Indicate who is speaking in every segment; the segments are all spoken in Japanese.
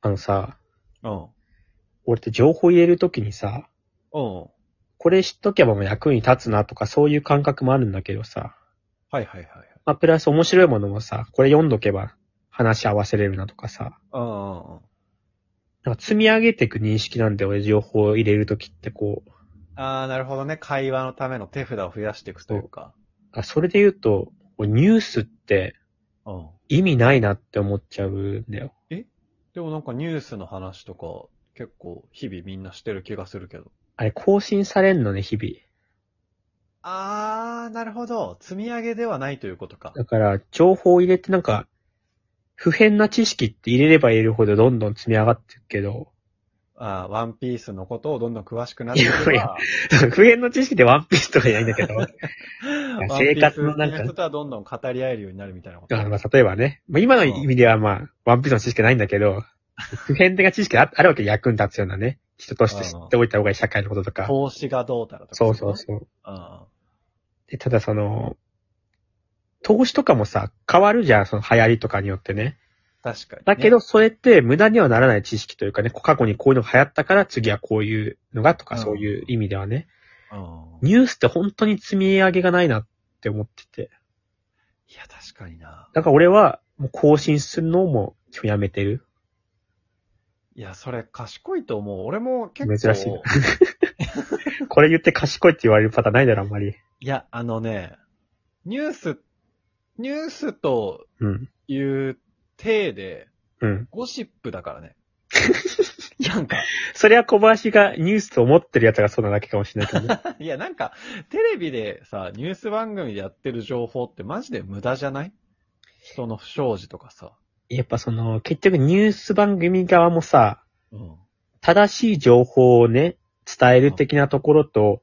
Speaker 1: あのさ、
Speaker 2: うん。
Speaker 1: 俺って情報入れるときにさ、
Speaker 2: うん。
Speaker 1: これ知っとけばもう役に立つなとかそういう感覚もあるんだけどさ、
Speaker 2: はいはいはい。
Speaker 1: まあ、プラス面白いものもさ、これ読んどけば話合わせれるなとかさ、
Speaker 2: うんうんうん。
Speaker 1: なんか積み上げていく認識なんで俺情報を入れるときってこう、
Speaker 2: ああ、なるほどね。会話のための手札を増やしていくというか。
Speaker 1: あそれで言うと、俺ニュースって
Speaker 2: うん。
Speaker 1: 意味ないなって思っちゃうんだよ。
Speaker 2: でもなんかニュースの話とか、結構日々みんなしてる気がするけど。
Speaker 1: あれ更新されんのね、日々。
Speaker 2: ああ、なるほど。積み上げではないということか。
Speaker 1: だから、情報を入れてなんか、不変な知識って入れれば入れるほどどんどん積み上がっていくけど、
Speaker 2: ああ、ワンピースのことをどんどん詳しくなっていけば
Speaker 1: いや 不変の知識でワンピースとかじゃないんだけど、
Speaker 2: ワンピース
Speaker 1: 生活のなんか
Speaker 2: 好き人とはどんどん語り合えるようになるみたいなこ と。
Speaker 1: あのまあ例えばね、まあ、今の意味ではまあ、ワンピースの知識ないんだけ ど、不変的な知識がああるわけで役に立つようなね、人として知っておいた方がいい社会のこととか。
Speaker 2: 投資がどうたらとか。
Speaker 1: そうそうそう。
Speaker 2: うんうん。
Speaker 1: で、ただその、投資とかもさ、変わるじゃん、その流行りとかによってね。
Speaker 2: 確かにね、
Speaker 1: だけど、それって無駄にはならない知識というかね、過去にこういうのが流行ったから次はこういうのがとか
Speaker 2: うん
Speaker 1: そういう意味ではね、
Speaker 2: うん。
Speaker 1: ニュースって本当に積み上げがないなって思ってて。
Speaker 2: いや、確かにな。
Speaker 1: だから俺は、もう更新するのも基本やめてる。
Speaker 2: いや、それ賢いと思う。俺も結
Speaker 1: 珍
Speaker 2: 構。
Speaker 1: しい。これ言って賢いって言われるパターンないだろ、あんまり。
Speaker 2: いや、あのね、ニュース、ニュースと
Speaker 1: うん。
Speaker 2: いう体で、
Speaker 1: うん。
Speaker 2: ゴシップだか らね。なんか、
Speaker 1: それは小林がニュースと思ってるやつがそうなだけかもしれないけどね。
Speaker 2: いや、なんか、テレビでさ、ニュース番組でやってる情報ってマジで無駄じゃない人の不祥事とかさ。
Speaker 1: やっぱその、結局ニュース番組側もさ、
Speaker 2: うん。
Speaker 1: 正しい情報をね、伝える的なところと、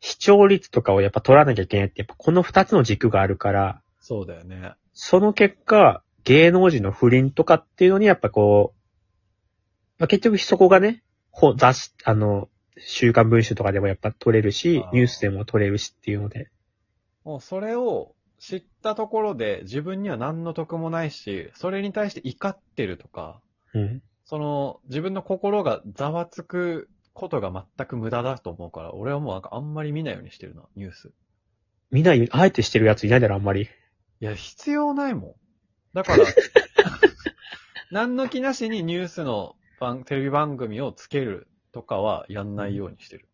Speaker 1: 視聴率とかをやっぱ取らなきゃいけないって、やっぱこの二つの軸があるから、
Speaker 2: そうだよね。
Speaker 1: その結果、芸能人の不倫とかっていうのに、やっぱこう、まあ、結局そこがね、ほ雑誌、あの、週刊文春とかでもやっぱ取れるし
Speaker 2: あ、ー
Speaker 1: ニュースでも取れるしっていうので。
Speaker 2: もうそれを知ったところで自分には何の得もないし、それに対して怒ってるとか、
Speaker 1: うん。
Speaker 2: その、自分の心がざわつくことが全く無駄だと思うから、俺はもうなんかあんまり見ないようにしてるな、ニュース。
Speaker 1: 見ない、あえてしてるやついないだろ、あんまり。
Speaker 2: いや、必要ないもん。だから、 何の気なしにニュースの番、テレビ番組をつけるとかはやんないようにしてる。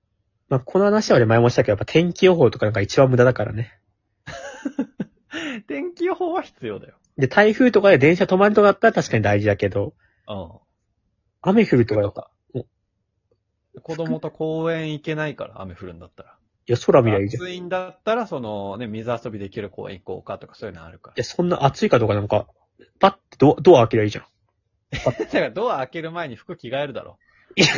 Speaker 1: まあ、この話は俺前もしたけど、やっぱ天気予報とかなんか一番無駄だからね。
Speaker 2: 天気予報は必要だよ。
Speaker 1: で、台風とかで電車止まるとかだったら確かに大事だけど、
Speaker 2: う
Speaker 1: 雨降るとかだ
Speaker 2: と
Speaker 1: ったら
Speaker 2: か。子供と公園行けないから、雨降るんだったら。
Speaker 1: いや、空見りゃいいじゃん。い
Speaker 2: 暑いんだったら、そのね、水遊びできる公園行こうかとかそういうのあるから。
Speaker 1: や、そんな暑いかどうかなんか、パッてドアドア開けりゃいいじゃん。
Speaker 2: だからドア開ける前に服着替えるだろ。
Speaker 1: いやい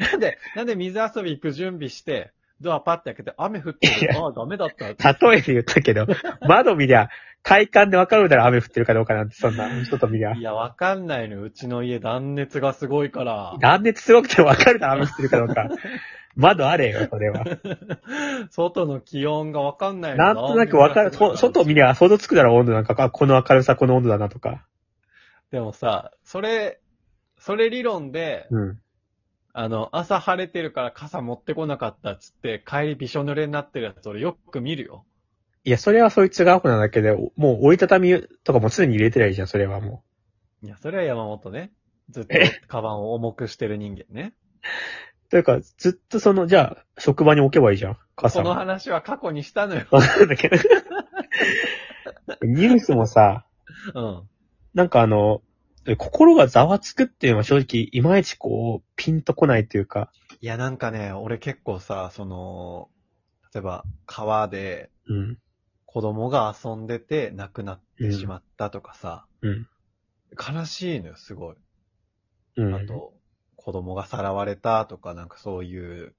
Speaker 1: や、
Speaker 2: なんで、なんで水遊び行く準備して、ドアパッて開けて、雨降ってる。ああ、ダメだった。
Speaker 1: 例えで言ったけど、 窓見りゃ、体感でわかるだろ、雨降ってるかどうかなんて、そんな、人と見りゃ
Speaker 2: い。や、わかんないのよ。うちの家断熱がすごいから。
Speaker 1: 断熱すごくてわかるだろ、雨降ってるかどうか。 窓あれよ、それ は。
Speaker 2: 外の気温がわかんないの
Speaker 1: なんとなくわかる、と外見りゃ想像つくだろ、温度なんか、あ、この明るさ、この温度だなとか。
Speaker 2: でもさ、それ、それ理論で、
Speaker 1: うん。
Speaker 2: あの、朝晴れてるから傘持ってこなかったっつって、帰りびしょ濡れになってるやつ俺よく見るよ。
Speaker 1: いや、それはそいつがアホなだけで、もう折りたたみとかも常に入れてりゃいいじゃん、それはも
Speaker 2: いや、それは山本ね。ずっと
Speaker 1: え、
Speaker 2: カバンを重くしてる人間ね。
Speaker 1: う。というか、ずっとその、じゃあ、職場に置けばいいじゃん、傘
Speaker 2: そ
Speaker 1: を。
Speaker 2: の話は過去にしたのよ。
Speaker 1: わかんないけど ニュースもさ、
Speaker 2: うん。
Speaker 1: なんかあの、心がざわつくっていうのは正直、いまいちこう、ピンとこないというか、
Speaker 2: いや、なんかね、俺結構さ、その、例えば、川で
Speaker 1: うん、
Speaker 2: 子供が遊んでて亡くなってしまったとかさ、
Speaker 1: うん、
Speaker 2: 悲しいのよ、すごい。
Speaker 1: うん。
Speaker 2: あと、子供がさらわれたとか、なんかそういう、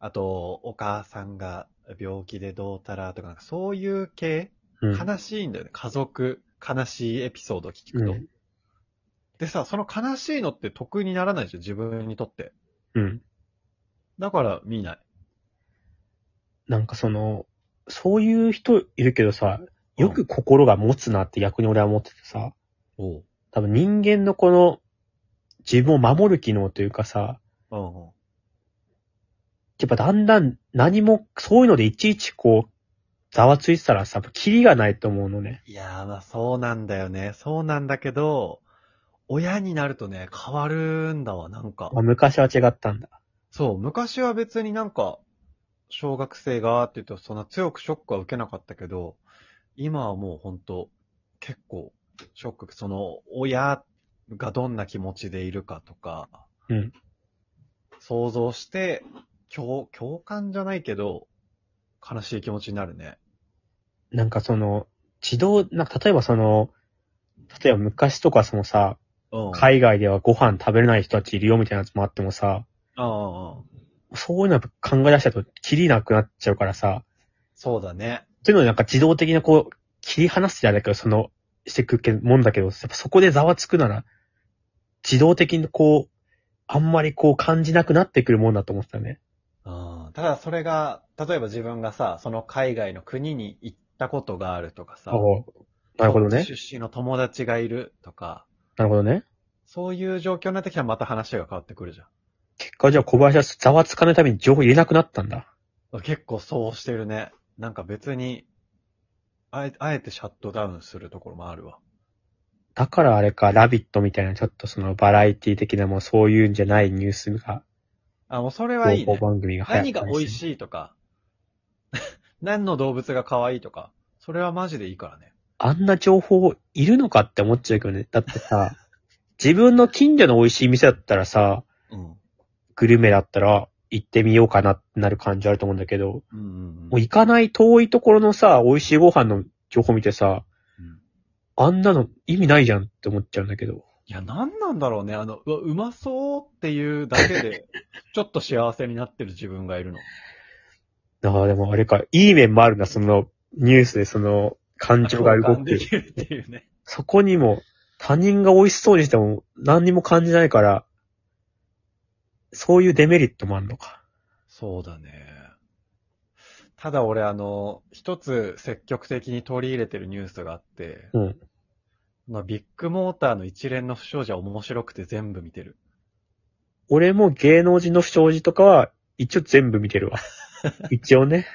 Speaker 2: あと、お母さんが病気でどうたらとか、なんかそういう系、
Speaker 1: うん、
Speaker 2: 悲しいんだよね。家族、悲しいエピソード聞くと。
Speaker 1: うん
Speaker 2: でさ、その悲しいのって得にならないでしょ、自分にとって。
Speaker 1: うん。
Speaker 2: だから見ない。
Speaker 1: なんかその、そういう人いるけどさ、よく心が持つなって逆に俺は思っててさ、
Speaker 2: おう。
Speaker 1: 多分人間のこの、自分を守る機能というかさ、
Speaker 2: うんうん。
Speaker 1: やっぱだんだん何も、そういうのでいちいちこう、ざわついてたらさ、キリがないと思うのね。
Speaker 2: いやー、まあそうなんだよね。そうなんだけど、親になるとね、変わるんだわ、なんか。
Speaker 1: まあ、昔は違ったんだ。
Speaker 2: そう、昔は別になんか、小学生がって言うと、そんな強くショックは受けなかったけど、今はもう本当結構、ショック、その、親がどんな気持ちでいるかとか、
Speaker 1: うん
Speaker 2: 想像して、共、共感じゃないけど、悲しい気持ちになるね。
Speaker 1: なんかその、自動、なんか例えばその、例えば昔とかそのさ、
Speaker 2: うん。い。
Speaker 1: 海外ではご飯食べれない人たちいるよみたいなやつもあってもさ、
Speaker 2: うんうん。
Speaker 1: そういうのやっぱ考え出したと、キリなくなっちゃうからさ、
Speaker 2: そうだね。
Speaker 1: そういうのなんか自動的なこう、切り離すじゃないけど、その、してくけもんだけど、やっぱそこでざわつくなら、自動的にこう、あんまりこう感じなくなってくるもんだと思ってたね。
Speaker 2: うん。ただそれが、例えば自分がさ、その海外の国に行ったことがあるとかさ、
Speaker 1: あなるほどね。
Speaker 2: 出身の友達がいるとか、
Speaker 1: なるほどね。
Speaker 2: そういう状況になってきたらまた話が変わってくるじ
Speaker 1: 結果じゃあ小林はざわつかないために情報入れなくなったんだ。
Speaker 2: ゃん。結構そうしてるね。なんか別に、あえあえてシャットダウンするところもあるわ。
Speaker 1: だからあれか、ラビットみたいな、ちょっとそのバラエティ的なもうそういうんじゃないニュースが、
Speaker 2: あ、もうそれはいい、
Speaker 1: 情
Speaker 2: ね
Speaker 1: 報。番組が流行
Speaker 2: 何が美味
Speaker 1: い
Speaker 2: しいとか、 何の動物が可愛いとか、それはマジでいいからね。
Speaker 1: あんな情報いるのかって思っちゃうけどね。だってさ、 自分の近所の美味しい店だったらさ、
Speaker 2: うん。
Speaker 1: グルメだったら行ってみようかなってなる感じあると思うんだけど、
Speaker 2: うんうん
Speaker 1: も
Speaker 2: う。
Speaker 1: うん行かない遠いところのさ、美味しいご飯の情報見てさ、
Speaker 2: うん
Speaker 1: あんなの意味ないじゃんって思っちゃうんだけど。
Speaker 2: いや、何なんだろうね。あの、うわ、うまそうっていうだけで、ちょっと幸せになってる自分がいるの。
Speaker 1: ああ、でもあれか、いい面もあるな、そのニュースでその感情が動
Speaker 2: 共感
Speaker 1: く
Speaker 2: で。きるっていうね。
Speaker 1: そこにも、他人が美味しそうにしても何にも感じないから、そういうデメリットもあるのか。
Speaker 2: そうだね。ただ俺あの、一つ積極的に取り入れてるニュースがあって、
Speaker 1: うん。
Speaker 2: まあ、ビッグモーターの一連の不祥事は面白くて全部見てる。
Speaker 1: 俺も芸能人の不祥事とかは、一応全部見てるわ。一応ね。